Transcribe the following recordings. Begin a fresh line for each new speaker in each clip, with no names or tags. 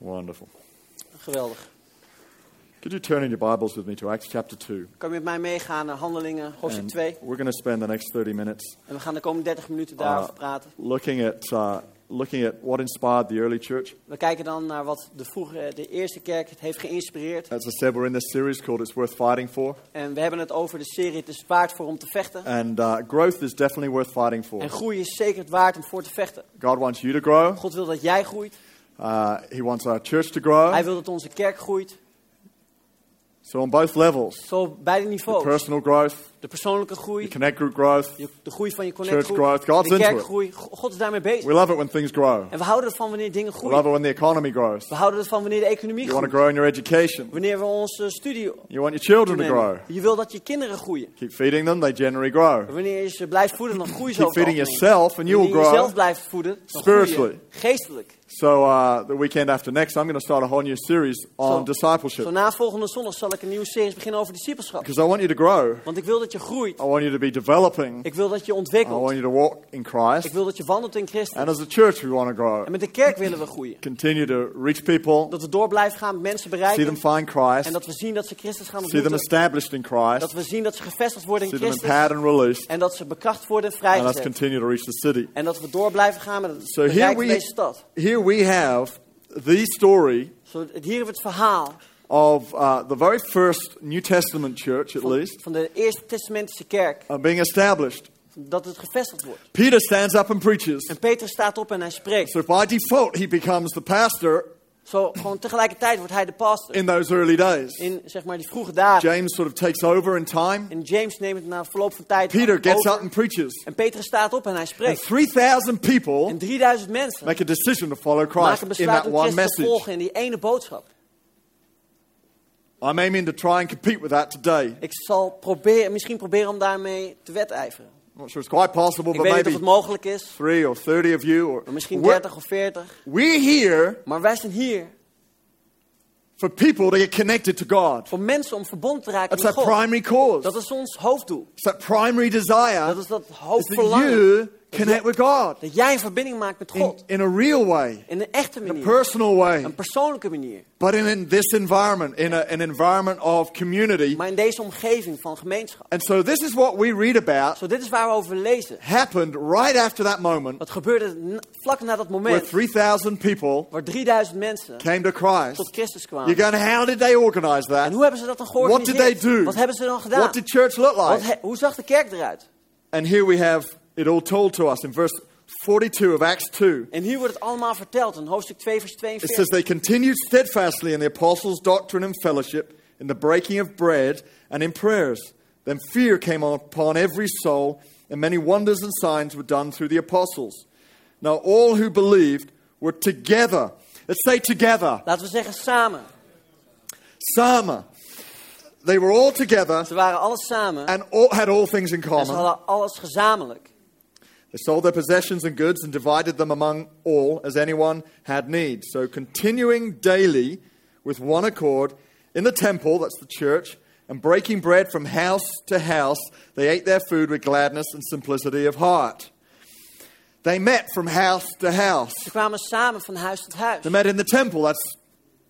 Wonderful.
Geweldig.
Could you turn in your Bibles with me to Acts chapter 2?
Kan je met mij meegaan naar Handelingen, hoofdstuk
And
2?
we're going to spend the next 30 minutes
En we gaan de komende 30 minuten
uh,
daarover praten.
looking, at, uh, looking at what inspired the early church.
We kijken dan naar wat de, vroegere, de eerste kerk het heeft geïnspireerd.
As I said, we're in this series called It's Worth Fighting For.
En we hebben het over de serie Het is waard voor om te vechten.
And uh, growth is definitely worth fighting for.
En groei is zeker het waard om voor te vechten.
God wants you to grow,
God wil dat jij groeit.
uh, He wants our church to
Hij
grow.
wil dat onze kerk groeit.
So, on both levels
Zo op beide
your
niveaus.
personal growth,
De persoonlijke
your
groei,
connect group growth.
je- de groei van je
growth,
connectgroep,
God's into
de
it.
kerkgroei. Go- God is daarmee bezig.
We love it when things grow,
En we houden ervan wanneer dingen
we love
groeien.
it when the economy grows.
We houden ervan wanneer de economie
You want to
groeit.
grow in your education,
Wanneer we onze studie
you want your children to grow.
toenemen. Je wil dat je kinderen groeien.
Keep feeding them, they generally grow.
Wanneer je ze blijft voeden, dan groeien ze
Keep
over het
feeding
algemeen.
yourself and you will
Wanneer je jezelf
grow.
blijft voeden, dan groei je
Spiritually.
geestelijk.
So, uh, the weekend after next, I'm going to start a whole new series on
Zo. Zo
discipleship
na volgende zondag zal ik een nieuwe serie beginnen over discipelschap.
because I want you to grow.
Want ik wil dat je groeit.
I want you to be developing.
Ik wil dat je
I want
ontwikkelt.
you to walk in Christ.
Ik wil dat je wandelt in Christus.
And as a church, we want to grow.
En met de kerk willen we groeien.
Continue to reach people,
Dat we door blijven gaan, mensen
see them
bereiken.
find
En
Christ,
dat we zien dat ze Christus gaan
see them
ontmoeten.
established in
Dat
Christ,
we zien dat ze gevestigd worden
see
in
them
Christus.
empowered and released,
En dat ze bekracht worden en
and let's
vrijgezet.
continue to reach the city.
En dat we door blijven gaan met het
So here
bereik van
we,
deze stad.
here we have the story
Zo, hier hebben we het verhaal
of uh, the very first New Testament church, at
van,
least,
van de Eerste Testamentische kerk.
uh, being established.
Dat het gevestigd wordt.
Peter stands up and preaches.
En Petrus staat op en hij spreekt.
So by default, he becomes the pastor
Zo, gewoon tegelijkertijd wordt hij de pastor.
in those early days.
In zeg maar die vroege dagen.
James sort of takes over in time.
En James neemt het na verloop van tijd
Peter gets
over.
up and preaches.
En Petrus staat op en hij
And
spreekt.
3,000 people
En 3000 mensen
make a decision to follow
maken
Christ in
besluit
that
om
one
Christus te
message.
volgen in die ene boodschap.
I'm aiming to try and compete with that today.
Ik zal proberen, misschien proberen om daarmee te wedijveren.
I'm not sure it's quite possible,
Ik
but
weet niet of
maybe
het mogelijk is.
three or 30 of you. Or
maar Misschien
We're-
30 of 40.
we're here
Maar wij zijn hier
for people to get connected to God.
voor mensen om verbonden te raken
That's
met
our
God.
primary cause.
Dat is ons hoofddoel.
It's that primary desire
Dat is dat
is that
hoofdverlangen.
you connect with God
Dat jij een verbinding maakt met
in,
God.
in a real way,
In een echte
in a
manier.
personal way.
Een persoonlijke manier.
But in, in this environment, in a, an environment of community.
Maar in deze omgeving van gemeenschap.
And so this is what we read about
Zo, dit is waar we over lezen.
happened right after that moment
Wat gebeurde n- vlak na dat
where
moment
3,000 people
waar 3000 mensen
came to Christ.
tot Christus kwamen.
You're going, how did they organize
En
that?
hoe hebben ze dat dan
What did they
georganiseerd?
do?
Wat hebben ze dan gedaan?
What did church look
Wat
like?
he- hoe zag de kerk eruit?
And here we have it all told to us in verse 42 of Acts 2.
En hier wordt het allemaal verteld in hoofdstuk 2 vers
It
42.
says, They continued steadfastly in the apostles' doctrine and fellowship, in the breaking of bread, and in prayers. Then fear came upon every soul, and many wonders and signs were done through the apostles. Now all who believed were together. Let's say together.
Laten we zeggen samen.
Sama. They were all together
Ze waren alles samen
and all, had all things in
en ze
common.
hadden alles gezamenlijk.
They sold their possessions and goods and divided them among all as anyone had need. So, continuing daily with one accord in the temple, that's the church, and breaking bread from house to house, they ate their food with gladness and simplicity of heart. They met from house to house.
Ze kwamen samen van huis tot huis.
They met in the temple, that's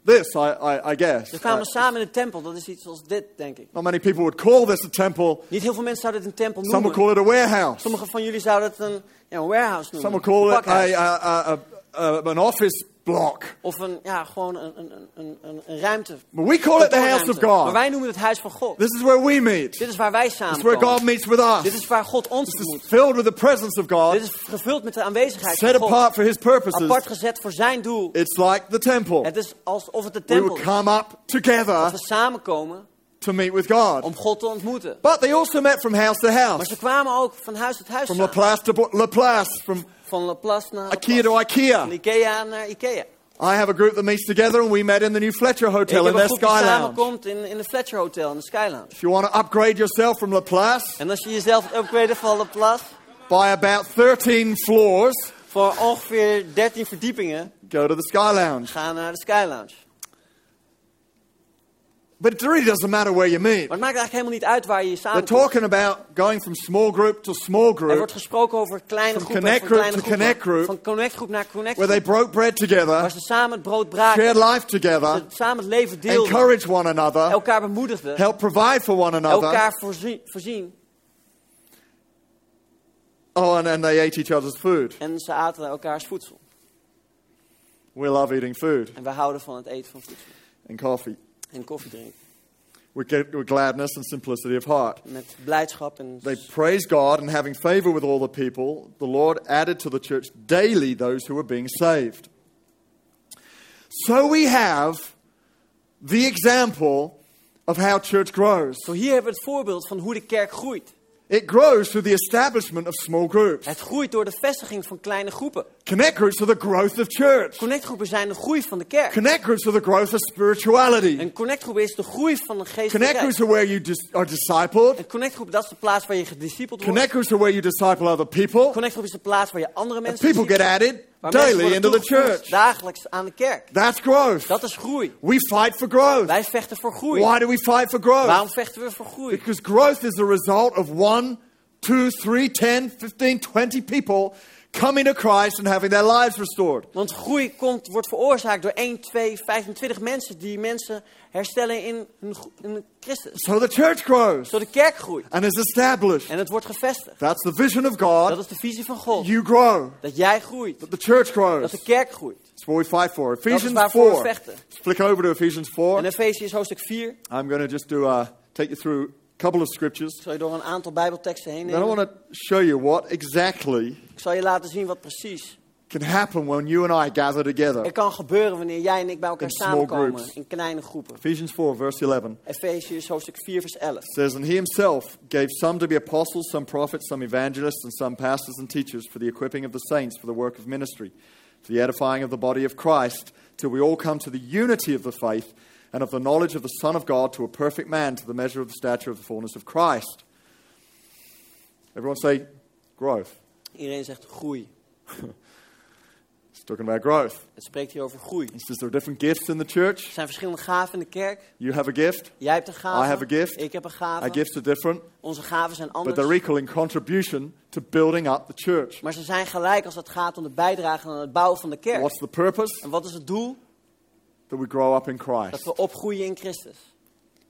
this, I, I, I guess.
Ze kwamen
Uh,
samen in de tempel. Dat is iets als dit, denk ik.
not many people would call this a temple,
Niet heel veel mensen zouden het een tempel
some would
noemen.
call it a warehouse.
Sommigen van jullie zouden het een, ja, een warehouse noemen.
Some would call
een
it
pakhuis.
a, a, a, a, a, an office block.
Of een, ja, gewoon een, een, een, een, een ruimte.
But we call it the house of
Kantoorruimte.
God.
Maar wij noemen het huis van God.
This is where we meet.
Dit is waar wij
This is where
samen
God
komen.
meets with us.
Dit
This
is waar God ons
is
ontmoet.
filled with the presence of
Dit
God,
is gevuld met de aanwezigheid
set
van God.
apart for His purposes.
Apart gezet voor zijn doel.
It's like the temple.
Het is alsof het de
We
tempel
would
is.
come up together
Dat we samenkomen
to meet with God.
om God te ontmoeten.
But they also met from house to
Maar
house,
ze kwamen ook van huis tot huis
from
samen.
Laplace to Bo- Laplace, from
Van Laplace naar
IKEA to
Laplace. Van
IKEA.
Ikea naar Ikea.
I have a group that meets together, and we met in the new Fletcher
Ik heb
Hotel in
een
their
groep die
Sky Lounge.
samenkomt in, in de Fletcher Hotel, in de Sky Lounge.
If you want to upgrade yourself from Laplace
En als je jezelf het upgraden van Laplace
by about 13 floors,
voor ongeveer 13 verdiepingen,
go to the Sky Lounge.
ga naar de Sky Lounge.
But it really doesn't matter where you meet.
Maar het maakt eigenlijk helemaal niet uit waar je je
They're
samenkomt.
talking about going from small group to small
Er wordt
group,
gesproken over kleine
From
groepen,
connect
van
group
kleine
to
groepen,
connect group.
van connectgroep naar
where they
connectgroep,
broke bread together,
waar ze samen het brood braken,
shared life together,
ze samen het leven deelden,
encourage one another,
elkaar bemoedigden,
help provide for one another.
elkaar voorzien, voorzien
Oh, and, and they ate each other's food.
en ze aten elkaars voedsel.
We love eating food
En we houden van het eten van voedsel
and coffee.
en koffie drinken
We get with gladness and simplicity of heart.
met blijdschap en
They praise God and having favor with all the people, the Lord added to the church daily those who were being saved. So we have the example of how church grows.
Zo hier hebben we het voorbeeld van hoe de kerk groeit.
It grows through the establishment of small groups.
Het groeit door de vestiging van kleine groepen.
Connect groups are the growth of church.
Connectgroepen zijn de groei van de kerk.
Connect groups are the growth of spirituality.
Een connectgroep is de groei van de geest van de
Connect
kerk.
groups are where you dis- are discipled.
Een connectgroep, dat is de plaats waar je gediscipeld wordt.
Connect groups are where you disciple other people.
Connectgroep is de plaats waar je andere
And
mensen
people get
discipelt,
added
waar mensen
daily
worden
into the
toegevoegd
church.
dagelijks aan de kerk.
That's growth.
Dat is groei.
We fight for growth.
Wij vechten voor groei.
Why do we fight for growth?
Waarom vechten we voor groei?
Because growth is the result of one, two, three, 10, 15, 20 people coming to Christ and having their lives restored.
Want groei komt, wordt veroorzaakt door 1, 2, 25 mensen die mensen herstellen in hun gro- in Christus.
So the church grows
Zo de kerk groeit
and is established.
en het wordt gevestigd.
That's the vision of
Dat
God.
is de visie van God.
You grow.
Dat jij groeit.
The church
Dat
grows.
de kerk groeit.
That's what we fight for. Ephesians
waarvoor we
4.
vechten.
Let's flick over to Ephesians 4.
En Efeziërs hoofdstuk 4. Ik
I'm going to just do uh, take you through a couple of scriptures.
zal je door een aantal bijbelteksten heen
And I
nemen.
want to show you what exactly
Ik zal je laten zien wat precies
can happen when you and I gather together.
er kan gebeuren wanneer jij en ik bij elkaar
In small groups.
samenkomen. In kleine groepen.
Ephesians 4, verse 11.
Efeziërs hoofdstuk 4 vers 11.
says, And he himself gave some to be apostles, some prophets, some evangelists, and some pastors and teachers for the equipping of the saints for the work of ministry, for the edifying of the body of Christ, till we all come to the unity of the faith and of the knowledge of the Son of God to a perfect man, to the measure of the stature of the fullness of Christ. Everyone say, growth.
Iedereen zegt groei.
It's talking about growth.
Het spreekt hier over groei.
He says there are different gifts in the
Er
church.
zijn verschillende gaven in de kerk.
You have a gift.
Jij hebt een gave.
I have a gift.
Ik heb een
Our
gave.
gifts are different,
Onze gaven zijn
but they're
anders.
equal in contribution to building up the church.
Maar ze zijn gelijk als het gaat om de bijdrage aan het bouwen van de kerk.
What's the purpose?
En wat is het doel?
that we grow up in
Dat
Christ.
we opgroeien in Christus.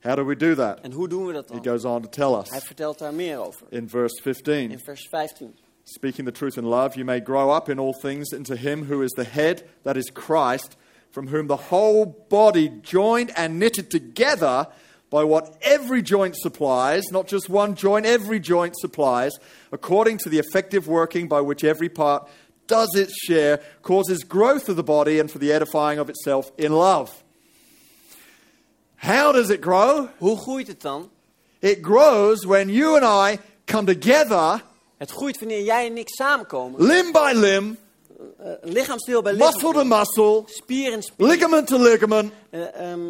How do we do that?
En hoe doen we dat
He
dan?
goes on to tell
Hij
us
vertelt daar meer over.
in verse
In
15
vers 15.
Speaking the truth in love, you may grow up in all things into Him who is the head, that is Christ, from whom the whole body, joined and knitted together by what every joint supplies, not just one joint, every joint supplies, according to the effective working by which every part does its share, causes growth of the body and for the edifying of itself in love. How does it grow?
Hoe groeit het dan?
It grows when you and I come together,
Het groeit wanneer jij en ik samenkomen.
limb by limb,
Eh, lichaamsdeel bij
muscle to
lichaamsdeel.
muscle,
Spier en spier.
ligament to ligament,
Eh, ehm,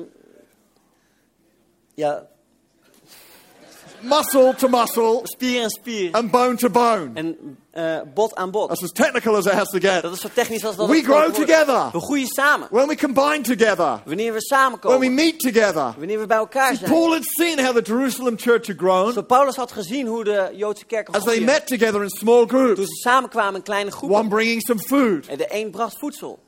ja,
muscle to muscle,
spier en spier.
and bone to bone.
En eh, bot aan bot.
That's as technical as it has to get.
Dat is zo technisch als dat
We
het kan
grow
worden.
together.
We groeien samen.
When we combine together,
Wanneer we
when we
samenkomen.
meet together.
Wanneer we bij elkaar zijn.
Paul had seen how the Jerusalem church had grown
Zo Paulus had gezien hoe de Joodse kerk
as they
groeide.
met together in small
Toen
groups,
ze samenkwamen in kleine groepen.
one bringing some food,
En de een bracht voedsel.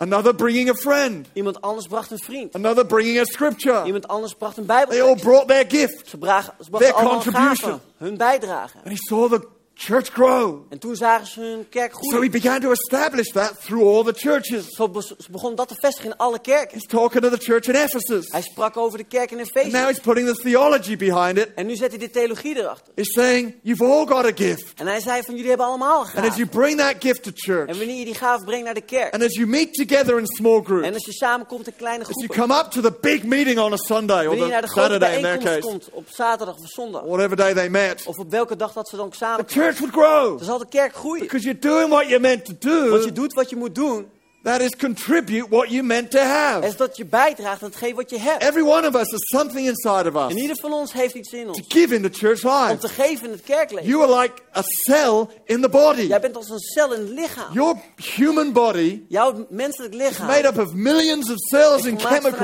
another bringing a friend,
Iemand anders bracht een vriend.
another bringing a scripture.
Iemand anders bracht een
They all
bijbel.
brought their gift.
Ze bragen, ze
Their
brachten allemaal
contribution.
gaven, hun bijdrage.
And he saw the church grow.
En toen zagen ze hun kerk
So he
groeien.
began to establish dat through all the churches.
Zo be- ze begonnen dat te vestigen in alle kerken.
He's talking to the church in Ephesus.
Hij sprak over de kerk in
And now
Efeze.
he's putting the theology behind it.
En nu zet hij de theologie erachter.
He's saying, You've all got a gift.
En hij zei van jullie hebben allemaal een
And as
gaaf.
you bring that gift to church,
En wanneer je die gaaf brengt naar de kerk.
and as you meet together in small
En
groups,
als je samenkomt in kleine
as you
groepen.
come up to the big meeting on a Sunday or
Wanneer je naar
the
de grote
Saturday in their
bijeenkomst
case,
komt. Op zaterdag of zondag.
whatever day they met,
Of op welke dag dat ze dan
the
samen komen.
church would grow.
Dan zal de kerk groeien.
Because you're doing what you're meant to
Want je
do,
doet wat je moet doen.
that is contribute what you meant to have.
is dat je bijdraagt aan hetgeen wat je hebt.
Every one of us has something inside of us
En ieder van ons heeft iets in
to
ons.
give in the church
Om
life.
te geven in het kerkleven.
You are like a cell in the body.
Jij bent als een cel in het lichaam.
Your human body
Jouw menselijk lichaam
made up of millions of cells
is
and
gemaakt
chemicals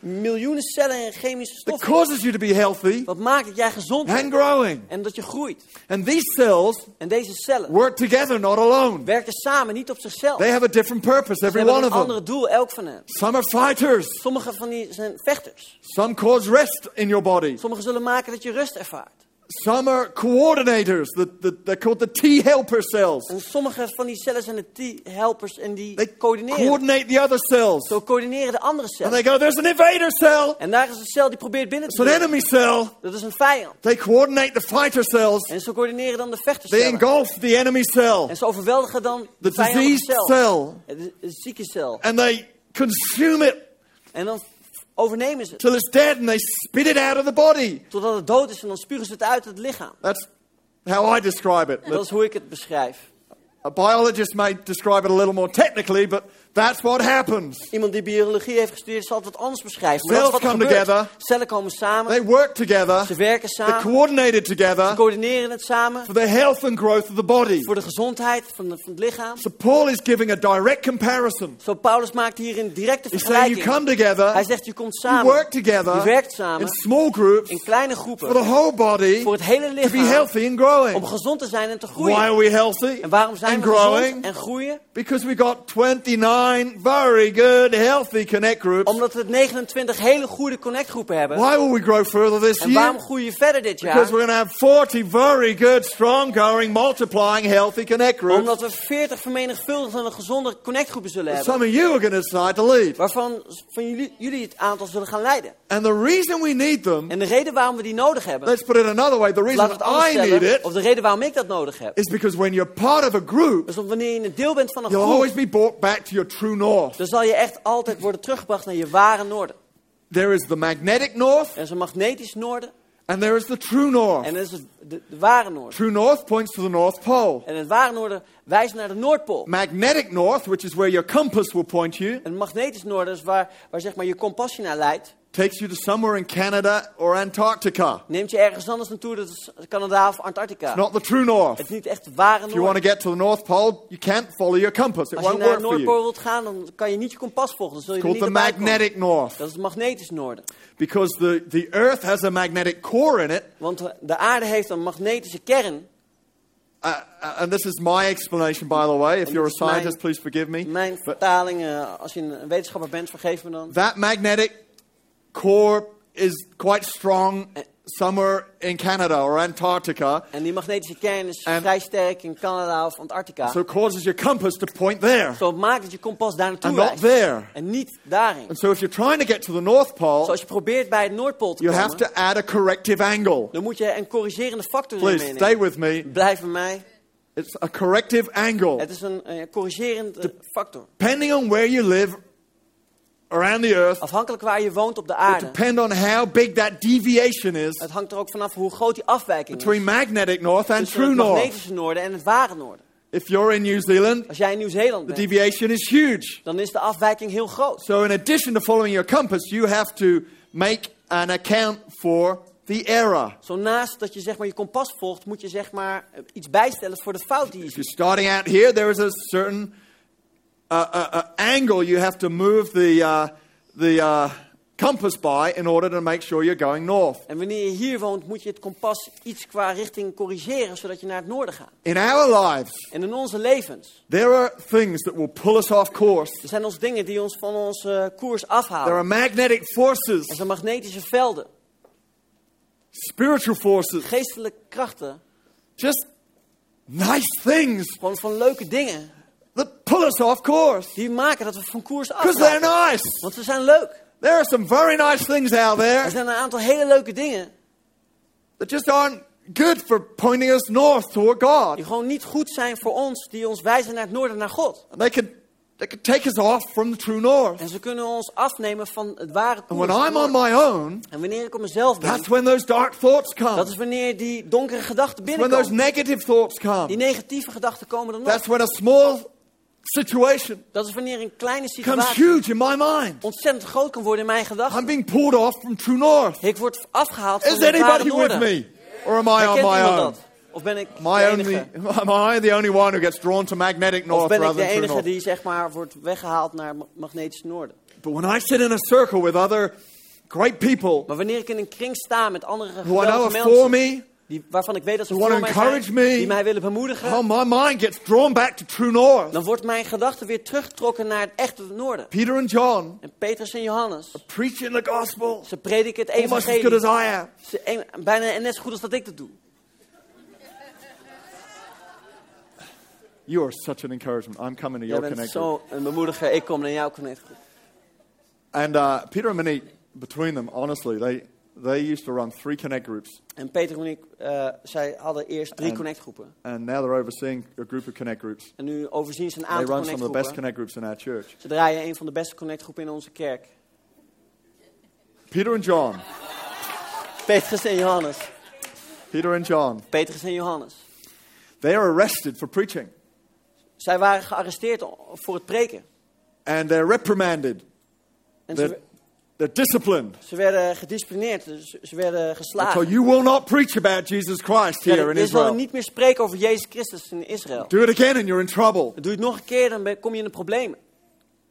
vanuit miljoenen cellen en chemische
that
stoffen.
causes you to be healthy
Wat maakt dat jij gezond
and
bent
growing.
en dat je groeit.
And these cells
En deze cellen
work together, not alone.
werken samen, niet op zichzelf.
They have a different purpose,
Ze
every
hebben
one
een
of
ander
them.
doel, elk van hen.
Some are fighters,
Sommige van die zijn vechters.
some cause rest in your body,
Sommige zullen maken dat je rust ervaart.
some are coordinators. The, the, they're called the T helper cells.
En sommige van die cellen zijn de T-helpers en die
They
coördineren.
coordinate the other cells.
Zo coördineren de andere
And
cellen.
they go, there's an invader cell,
En daar is een cel die probeert binnen
it's
te
an
dringen.
enemy cell.
Dat is een vijand.
They coordinate the fighter cells,
En ze coördineren dan de
they
vechterscellen.
engulf the enemy cell,
En ze overweldigen dan
the
de vijandige
diseased
cel.
cell,
De, de zieke cel.
and they consume it
En dan overnemen ze het.
till it's dead and they spit it out of the body.
Totdat het dood is en dan spugen ze het uit het lichaam.
That's how I describe it.
Dat is hoe ik het beschrijf.
A biologist may describe it a little more technically, but that's what happens.
Iemand die biologie heeft gestudeerd zal het wat anders beschrijven. Maar dat is
Cells
wat er
come
gebeurt.
together.
Cellen komen samen.
They work together,
Ze werken
they're
samen.
coordinated together
Ze coördineren het samen.
for the health and growth of the body.
Voor de gezondheid van, de- van het lichaam.
So Paul is giving a direct comparison.
Zo Paulus maakt hier een directe
He's saying you
vergelijking.
come together,
Hij zegt je komt
you
samen.
work together
Je werkt
in
samen.
small groups
In kleine
for the
groepen.
whole body
Voor het hele
to be
lichaam.
healthy and growing.
Om gezond te zijn en te
Why
groeien.
are we healthy
En waarom zijn
and
we gezond
growing?
en groeien?
Because we got 29 very good, healthy connect groups.
Omdat we 29 hele goede connectgroepen hebben.
Why will we grow further this
En waarom
year?
groei je verder dit jaar?
Because we're going to have 40 very good, strong, growing, multiplying, healthy connect groups.
Omdat we 40 vermenigvuldigde en gezonde connectgroepen zullen hebben.
Some of you are going to decide to leave.
Waarvan van jullie, jullie het aantal zullen gaan leiden.
And the reason we need them,
En de reden waarom we die nodig hebben,
let's put it another way, the
laat
reason
het anders
I need
stellen,
it
of de reden waarom ik dat nodig heb,
is because when you're part of a group,
is omdat wanneer je een deel bent van een
you'll always
groep,
be brought back to your true north.
dan zal je echt altijd worden teruggebracht naar je ware noorden.
There is the magnetic north
Er is een magnetisch noorden
and there is the true north.
en er is het de, de ware noorden.
True north points to the North Pole.
En het ware noorden wijst naar de Noordpool.
Magnetic north, which is where your compass will point you,
Een magnetisch noorden is waar, waar zeg maar, je compassie naar leidt.
takes you to somewhere in Canada or Antarctica.
Neemt je ergens anders naartoe, dat is Canada of Antarctica.
Not the true north.
Het is niet echt het ware
If you want to
noorden.
get to the North Pole, you can't follow your compass. It
Als je
won't
naar
work
de
for
Noordpool
you.
wilt gaan, dan kan je niet je kompas volgen. Dan zul je
It's
er
called
niet
the
erbij komen.
magnetic north
Dat is het magnetisch noorden.
because the, the Earth has a magnetic core in it.
Want eh, de aarde heeft een magnetische kern.
Uh, uh, and this is my explanation, by the way. If
En
you're a
dit is mijn-
scientist, please forgive me.
Mijn vertaling, eh, als je een wetenschapper bent, vergeef me dan.
That magnetic core is quite strong somewhere in Canada or Antarctica,
En die magnetische kern is
En-
vrij sterk in Canada of Antarctica.
so
Zo
it causes your compass to point there
maakt dat je kompas daar naartoe
and not
wijst.
there.
En niet daarin.
And so if you're trying to get to the North Pole,
Zoals je probeert bij het Noordpool te
you have
komen,
to add a corrective angle.
dan moet je een corrigerende factor in
Please stay
meenemen.
with me.
Blijf bij mij.
It's a corrective angle.
Het is een eh, corrigerend eh, factor.
Depending on where you live around the earth,
Afhankelijk waar je woont op de
will
aarde.
depend on how big that deviation is
Het hangt er ook vanaf hoe groot die afwijking is.
between magnetic north and
Tussen
true
het
north.
magnetische noorden en het ware noorden.
If you're in New Zealand,
Als jij in Nieuw-Zeeland
the
bent,
deviation is huge.
dan is de afwijking heel groot.
So, in addition to following your compass, you have to make an account for the error.
Zo naast dat je zeg maar, je kompas volgt, moet je zeg maar, eh, iets bijstellen voor de fout die je
If you're
ziet.
starting out here, there is a certain uh, uh, uh, angle you have to move the, uh, the uh, compass by in order to make sure you're going north.
En wanneer je hier woont, moet je het kompas iets qua richting corrigeren, zodat je naar het noorden gaat.
In our lives,
En in onze levens,
there are things that will pull us off course.
er zijn ons dingen die ons van onze eh, koers
There are
afhouden.
magnetic forces,
Er zijn magnetische velden,
spiritual forces,
geestelijke krachten,
just nice things
gewoon van leuke dingen,
that pull us off course
die maken dat we van koers
because they're
afwijken.
nice.
Want ze zijn leuk.
There are some very nice things out
Er
there
zijn een aantal hele leuke dingen
that just aren't good for pointing us north toward
die
God.
gewoon niet goed zijn voor ons, die ons wijzen naar het noorden, naar God.
And they could, they could take us off from the true north.
En ze kunnen ons afnemen van het ware
And
koers.
when
van
I'm on
noorden.
my own,
En wanneer ik op mezelf ben,
that's when those dark thoughts
dat
come.
is wanneer die donkere gedachten
When those
binnenkomen.
negative thoughts
Die
come.
negatieve gedachten komen dan nog.
That's when a small situation
Dat is wanneer een kleine
becomes
situatie
huge in my mind.
ontzettend groot kan worden in mijn
I'm
gedachten.
being pulled off from true north.
Ik word afgehaald van
Is
het ware
anybody with
noorden.
me? Or am I
Herkent
on my
iemand
own?
dat? Of ben ik
Am I,
de
only,
enige?
am I the only one who gets drawn to magnetic
Of
north
ben ik
rather
de
than true
enige
north?
die zeg maar wordt weggehaald naar ma- magnetisch noorden?
But when I sit in a circle with other great people
Maar wanneer ik in een kring sta met andere
who I know
geweldige
are for
mensen,
me,
die, waarvan ik weet dat ze
wanna
voor mij zijn,
encourage me.
die mij willen bemoedigen,
oh, my mind gets drawn back to true north.
dan wordt mijn gedachte weer teruggetrokken naar het echte noorden.
Peter and John
En Petrus en Johannes,
preaching the gospel
ze prediken het
almost as good as
evangelie.
I am.
Ze een- bijna net zo goed als dat ik dat doe.
You are such an encouragement. I'm coming to
Jij
your
bent
connection.
zo een bemoediger, ik kom naar jou connect.
And uh, Peter and Monique, between them, honestly, they, they used to run three connect groups,
En Peter en ik, eh, zij hadden eerst drie
En-
connectgroepen.
and now they're overseeing a group of connect groups.
En nu overzien ze een
They
aantal
run some of the best
connectgroepen.
connect groups in our church.
Ze draaien een van de beste connectgroepen in onze kerk.
Peter and John,
Petrus en Johannes.
Peter and John,
Petrus en Johannes.
they are arrested for preaching,
Zij waren gearresteerd o- voor het preken.
and they're reprimanded,
En
they're,
ze,
they're disciplined.
ze werden gedisciplineerd, dus ze, werden
So
geslagen.
you will not preach about Jesus Christ
Ze
here in
zeiden, je zal
Israel.
niet meer spreken over Jezus Christus in Israël.
Do it again, and you're in trouble.
Doe je het nog een keer, dan ben- kom je in de problemen.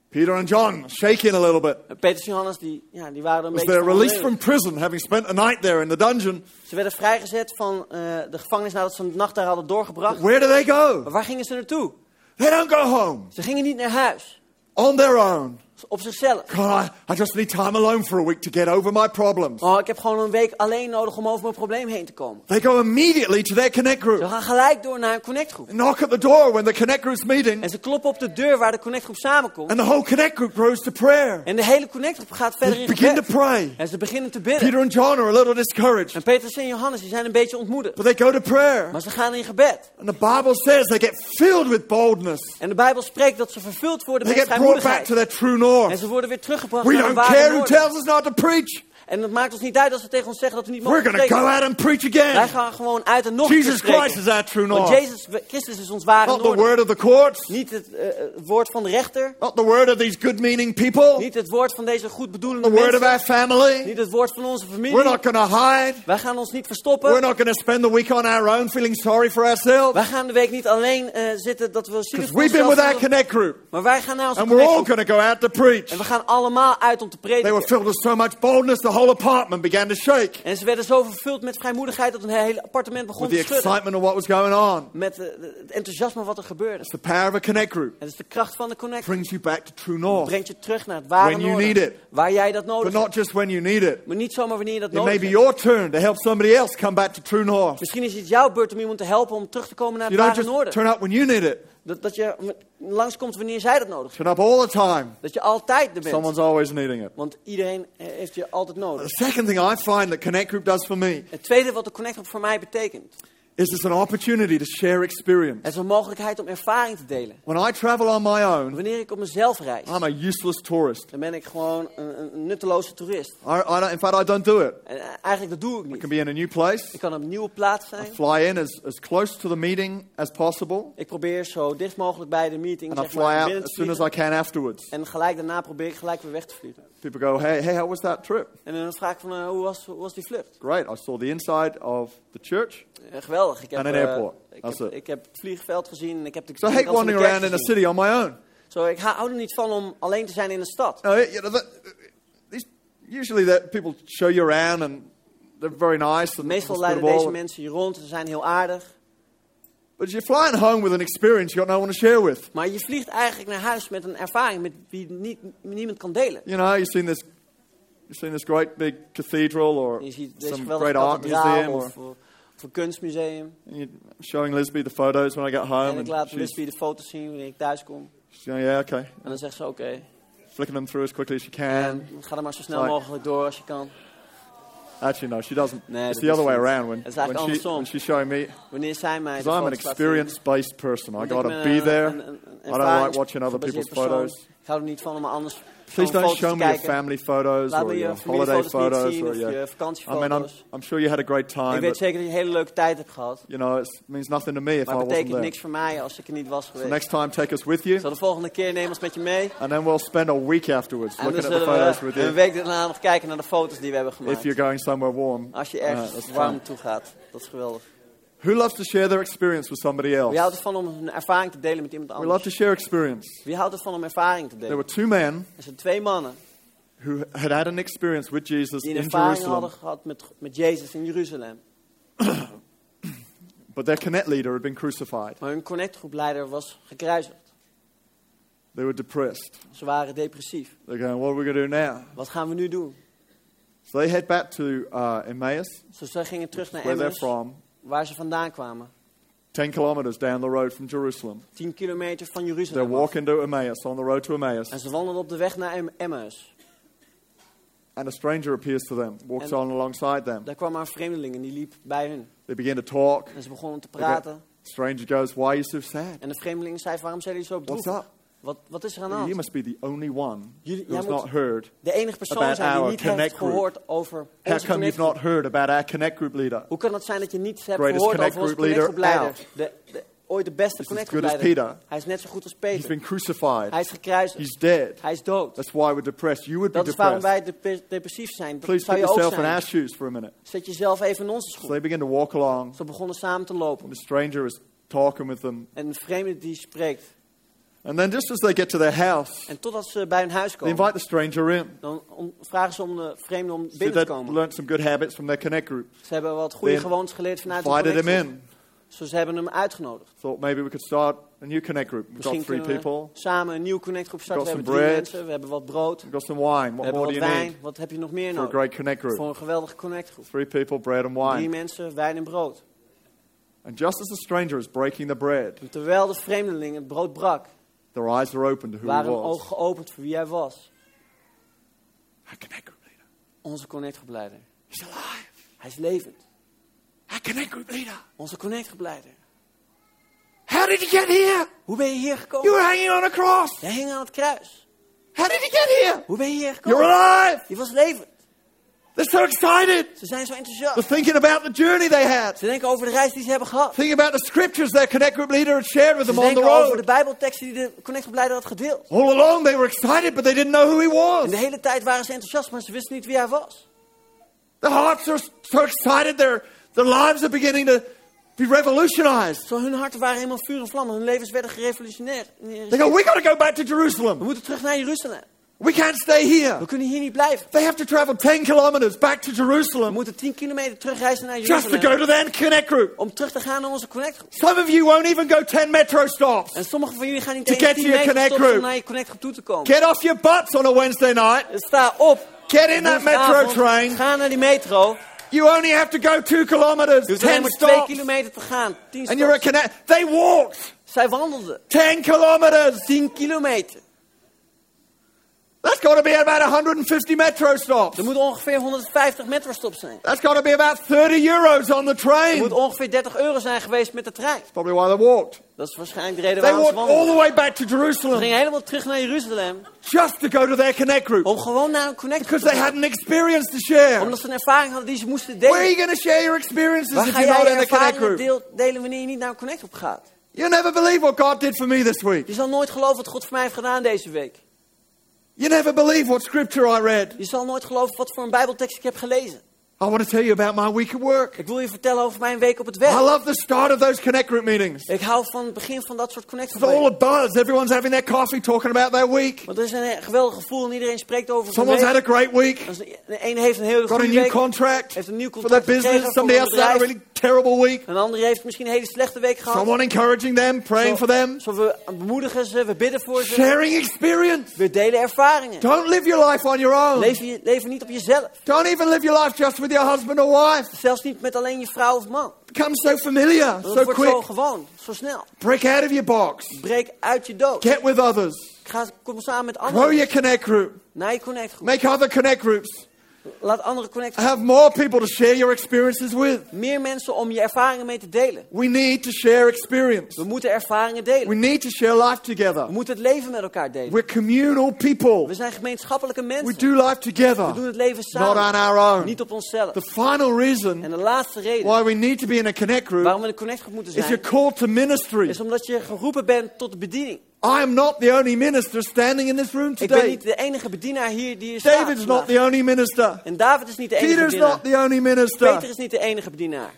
Peter and John shaking a little bit.
En Petrus en Johannes, die, ja, die waren een
As
beetje...
they're
van
released
ondernemen.
from prison, having spent a night there in the dungeon,
Ze werden vrijgezet van eh, de gevangenis nadat ze een nacht daar hadden doorgebracht.
where do they
Maar
go?
waar gingen ze naartoe?
They don't go home
Ze gingen niet naar huis.
on their own.
Op zichzelf.
God, I, I just need time alone for a week to get over my problems.
Oh, ik heb gewoon een week alleen nodig om over mijn probleem heen te komen.
They go immediately to their connect
Ze
group,
gaan gelijk door naar een connectgroep.
knock at the door when the connect group's meeting,
En ze kloppen op de deur waar de connectgroep samenkomt.
and the whole connect group goes to prayer.
En de hele connectgroep gaat verder
They
in
begin to
gebed.
pray.
En ze beginnen te bidden.
Peter and John are a little discouraged,
En Petrus en Johannes die zijn een beetje ontmoedigd.
but they go to prayer.
Maar ze gaan in gebed.
And the Bible says they get filled with boldness.
En de Bijbel spreekt dat ze vervuld worden
They
met
get brought back
vrijmoedigheid.
to their true
En
north.
ze worden weer teruggebracht
We
naar de
don't care
ware
who
noorden.
tells us not to preach.
En het maakt ons niet uit als ze tegen ons zeggen dat we niet
We're
mogen
going to
spreken.
go out and preach
Wij
again.
gaan gewoon uit en nog een keer
Jesus
spreken.
Christ is our true
Want
north.
Jezus Christus is ons ware
Not the
noorden.
word of the courts,
Niet het eh, het woord van de rechter.
not the word of these good meaning people,
Niet het woord van deze
the
goedbedoelende
word of
mensen.
our family.
Niet het woord van onze
We're
familie.
not going to hide.
Wij gaan ons niet verstoppen.
We're not going to spend the week on our own feeling sorry for ourselves.
Wij gaan de week niet alleen eh, zitten dat we zielig
Because
voor
we've been
onszelf
with our
voelen,
connect group.
Maar wij gaan naar onze
And we're all
connectgroep.
going to go out to preach.
En we gaan allemaal uit om te
They
prediken.
were filled with so much boldness, the whole apartment began to shake
En ze werden zo vervuld met vrijmoedigheid dat een hele appartement begon
with the
te schudden.
excitement of what was going on.
Met eh, het enthousiasme wat er gebeurde.
It's the power of a connect group.
En dus de kracht van de connect
Brings you back to true north.
brengt je terug naar het ware
When you
noorden.
need it.
Waar jij dat nodig
But
hebt.
not just when you need it.
Maar niet zomaar wanneer je dat
It may
nodig
be
hebt.
your turn to help somebody else come back to true north.
Misschien is het jouw beurt om iemand te helpen om terug te komen naar
You
het
don't
ware
just
noorden.
turn up when you need it.
Dat, dat je langskomt wanneer zij dat nodig hebben.
Turn up all the time.
Dat je altijd er bent.
Someone's always needing it.
Want iedereen eh, heeft je altijd
The
nodig.
second thing I find that Connect Group does for me
Het tweede wat de connectgroep voor mij betekent.
is it's an opportunity to share experience.
Het is een mogelijkheid om ervaring te delen.
When I travel on my own,
Wanneer ik op mezelf reis,
I'm a useless tourist.
dan ben ik gewoon een, een- een nutteloze toerist.
I, I don't, in fact, I don't do it.
En eh, eigenlijk dat
I
doe ik
can
niet.
be in a new place,
Ik kan op een nieuwe plaats
I
zijn.
fly in as, as close to the meeting as possible,
Ik probeer zo dicht mogelijk bij de meeting
and I
zeg
fly
maar,
out
binnen
as
te
soon as
vliegen.
I can afterwards.
En gelijk daarna probeer ik gelijk weer weg te vliegen.
People go, hey, hey, how was that trip?
En dan vraag ik van, eh, hoe, was, hoe was die vlucht?
Great, I saw the inside of the church.
Eh, geweldig. Ik heb,
En een
eh,
airport.
ik
That's
heb,
it.
ik heb het vliegveld gezien en ik heb de
So I hate
binnenkant van de
wandering around in
kerk
a
gezien.
city on my own.
Zo, ik hou er niet van om alleen te zijn in de stad.
No, it- you know, that, these, usually that people show you around and they're very nice and
Meestal leiden
hospitable.
deze mensen je rond en ze zijn heel aardig.
But you're flying home with an experience you got no one to share with.
Maar je vliegt eigenlijk naar huis met een ervaring met wie niet, niemand kan delen.
You know, you've seen this, you've seen this great big cathedral or
Je ziet deze
some
geweldige
great art
kathedraal
museum,
of,
or
eh, of een kunstmuseum.
and you're showing Lisby the photos when I get home,
en ik
and
laat
she's,
Lisby de foto's zien wanneer ik thuis kom.
she's going, "Yeah, okay,"
En dan zegt ze oké.
flicking them through as quickly as she can.
En ga er maar zo snel
Sorry.
mogelijk door als je kan.
Actually, no, she doesn't.
Nee,
it's
dat
the other way
is niet.
around when,
Het is eigenlijk
when, she,
andersom.
when she's showing me.
Wanneer zij mij de
Because I'm an
foto's laat zien,
experience-based person, I
want
got
ik
to
ben
be
een-
there.
een- een
I don't like
ervarings-
watching other
gebaseerd
people's
persoon.
photos.
Ik hou er niet van om anders
Please
zo'n
don't
foto's
show
te
me your
kijken.
family photos
Laat
or
me
uh, your
je familiefoto's
holiday
niet
photos
zien
or
of
your.
je
I mean, I'm,
vakantiefoto's.
I'm sure you had a great
Ik
time,
weet
but
zeker dat je een hele leuke tijd hebt gehad.
you know, it means nothing to me if I
Maar het
wasn't
betekent
there.
niks voor mij als ik er niet was
So
geweest.
next time, take us with you,
Zal de volgende keer nemen ons met je mee.
and then we'll spend a week afterwards
En dan
looking at the
zullen
photos
we
with
een
you.
week daarna nog kijken naar de foto's die we hebben
If
gemaakt.
you're going somewhere warm,
Als je
Uh,
ergens
that's
warm
fine.
toe gaat. Dat is geweldig.
Who loves to share their experience with somebody else?
Wie houdt ervan om een ervaring te delen met iemand
We love
anders?
to share experience.
Wie houdt ervan om ervaring te
There
delen?
were two men
Er zijn twee mannen
who had had an experience with Jesus
die een
in
ervaring
Jerusalem,
hadden gehad met, met Jezus in Jeruzalem.
but their connect leader had been crucified.
Maar hun connectgroepleider was gekruisigd.
They were depressed.
Ze waren depressief.
They're going, what are we going to do now?
Wat gaan we nu doen?
So they head back to uh, Emmaus,
Dus ze gingen terug naar
where they're
Emmaus,
from,
waar ze vandaan kwamen.
10 kilometers down the road from Jerusalem.
10 kilometer van
They're
Jeruzalem. af.
walking to Emmaus, on the road to Emmaus,
En ze wandelden op de weg naar Em- Emmaus.
and a stranger appears to them, walks
En-
on alongside them.
Daar kwam maar een vreemdeling en die liep bij hun.
They begin to talk.
En ze begonnen te
Okay.
praten.
Stranger goes, why are you so sad?
En de vreemdeling zei, waarom zijn jullie zo
What's
bedroefd?
up?
Wat, wat is er aan de hand?
You must be the only one
Jullie- jij
who's
moet-
not heard.
De enige persoon
About
zijn die
our
niet heeft
connect group.
gehoord over
How
onze
come you've
connect
not heard about our Connect Group leader?
Hoe kan het zijn dat je niet hebt
Greatest
gehoord
connect
over onze
group leader
connectgroepleider? De, de, ooit de beste
as good as
connectgroepleider.
Peter.
Hij is net zo goed als
He's
Peter.
been crucified.
Hij is gekruisigd.
He's dead.
Hij is dood.
That's why we're depressed. You would be
Dat is waarom
depressed.
wij dep- depressief zijn. Dat
Please put
zou je ook
yourself in
zijn.
our shoes for a minute.
Zet jezelf even in onze
So
schoen.
they begin to walk along.
Ze begonnen samen te lopen.
The stranger is talking with them.
En een vreemde die spreekt.
And then just as they get to their house,
En totdat ze bij hun huis
they
komen,
invite the stranger in.
dan om- vragen ze om de vreemde om
So
binnen te
they've
komen.
learned some good habits from their Connect Group.
Ze hebben wat goede
They
gewoontes geleerd vanuit de
Invited him
connectie.
in.
Dus ze hebben hem uitgenodigd.
Thought maybe we could start a new Connect Group. We've
Misschien
got three
kunnen we
people.
samen een nieuwe connectgroep starten. We
Got
hebben
some
drie
bread.
mensen, we hebben wat brood,
We've got some wine.
we
What
hebben
more
wat
do you
wijn.
need
Wat heb je nog meer
for a
nodig?
great Connect Group?
Voor een geweldige connectgroep.
Three people, bread and
Drie
wine.
mensen, wijn en brood.
And just as the stranger is breaking the bread,
En terwijl de vreemdeling het brood brak,
their eyes are open to who he
waren hun ogen
was.
geopend voor wie hij was.
Our Connect Group leader.
Onze connectgroepleider.
He's alive.
Hij is levend.
Our Connect Group leader.
Onze connectgroepleider.
How did he get here?
Hoe ben je hier
You were
gekomen?
hanging on a cross.
Jij hing aan het kruis.
How did he get here?
Hoe ben je hier
You're
gekomen?
alive.
Je was levend.
They're so excited.
Ze zijn zo
They're
enthousiast.
thinking about the journey they had.
Ze denken over de reis die ze hebben gehad.
Thinking about the scriptures their Connect Group leader had shared with
Ze
them on the
denken over de
road.
bijbelteksten die de connectgroepleider had gedeeld.
All along they were excited, but they didn't know who he
En de
was.
hele tijd waren ze enthousiast, maar ze wisten niet wie hij was.
Their hearts are so excited. Their, their lives are beginning to be revolutionized.
Zo, hun harten waren helemaal vuur en vlammen. Hun levens werden gerevolutioneerd.
They go,
We
we got to go back to Jerusalem.
moeten terug naar Jeruzalem.
We can't stay here.
We kunnen hier niet blijven.
They have to travel 10 kilometers back to
We
Jerusalem
moeten 10 kilometer terugreizen naar
just to go
Jeruzalem.
to their Connect Group.
Om terug te gaan naar onze connectgroep.
Some of you won't even go 10 metro stops.
En sommigen van jullie gaan niet
To
eens
get
10
to your
meter
connect
stoppen om
group.
naar je connectgroep toe te komen.
Get off your butts on a Wednesday night.
Sta op.
Get in that
Woensdagavond,
metro train.
Ga naar die metro.
You only have to go two kilometers,
Je hoeft alleen
ten
maar 2
stops,
kilometer te gaan. 10
and you're a
stops.
connect. They walked
Zij wandelden.
ten kilometers.
10 kilometer.
That's got to be about 150 metro stops.
Er moeten ongeveer 150 metrostops zijn.
That's got to be about 30 euros on the
Er
train.
moet ongeveer 30 euro zijn geweest met de trein.
Probably why they walked.
Dat is waarschijnlijk de reden
They
waarom ze
walked all
wandelen.
the way back to
Ze
Jerusalem
gingen helemaal terug naar Jeruzalem
just to go to their connect group
om gewoon naar een connect te
because they
gaan.
had an experience to share.
Omdat ze een ervaring hadden die ze moesten
Where are you
delen.
going to share your experiences
Waar
if
ga
you're
jij
not
je
in a connect group?
ervaringen deel- delen wanneer je niet naar een connect op gaat?
You'll never believe what God did for me this week.
Je zal nooit geloven wat God voor mij heeft gedaan deze week.
You never believe what scripture I read.
Je zal nooit geloven wat voor een bijbeltekst ik heb gelezen.
I want to tell you about my week at work.
Ik wil je vertellen over mijn week op het
I
werk.
love the start of those connect group meetings.
Ik hou van het begin van dat soort connect
It's all a buzz. Everyone's having their coffee, talking about their week.
Want er is een eh, geweldig gevoel en iedereen spreekt over zijn
Someone's had
week.
a great week,
Als De de ene heeft een hele
got a
goede
new
week.
contract
Heeft een nieuw
for their
contract
business.
gekregen voor
Somebody
een
else had a
bedrijf.
really terrible week.
Een ander heeft misschien een hele slechte week gehad.
Someone encouraging them, praying for them,
Zo we bemoedigen ze, we bidden voor ze.
sharing experience.
We delen ervaringen.
Don't live your life on your own.
Leef, je, leef niet op jezelf.
Don't even live your life just with your husband or wife.
Zelfs niet met alleen je vrouw of man.
It becomes so familiar,
Dat
so
wordt zo
quick.
gewoon, zo snel.
Break out of your box.
Breek uit je dood.
Get with others.
Ga, kom samen met
Grow
anderen.
your connect group.
Naar je connectgroep.
Make other connect groups.
Laat anderen connecten.
Have more people to share your experiences with.
Meer mensen om je ervaringen mee te delen.
We need to share experience.
We moeten ervaringen delen.
We need to share life
We
together.
moeten het leven met elkaar delen.
We're communal people.
We zijn gemeenschappelijke
We
mensen.
do life
We doen
together,
het leven
not on
samen.
our own.
Niet op onszelf.
The final
En
reason
de laatste reden
why we need to be in a connect group
waarom we in een connectgroep moeten
is you're
zijn...
called to ministry.
is omdat je geroepen bent tot de bediening.
I am not the only minister standing in this room
Ik ben
today.
niet de enige bedienaar hier die is.
David's not the only minister.
En David is niet de enige
Peter's
bedienaar.
not the only
Peter
minister.
is niet de enige bedienaar.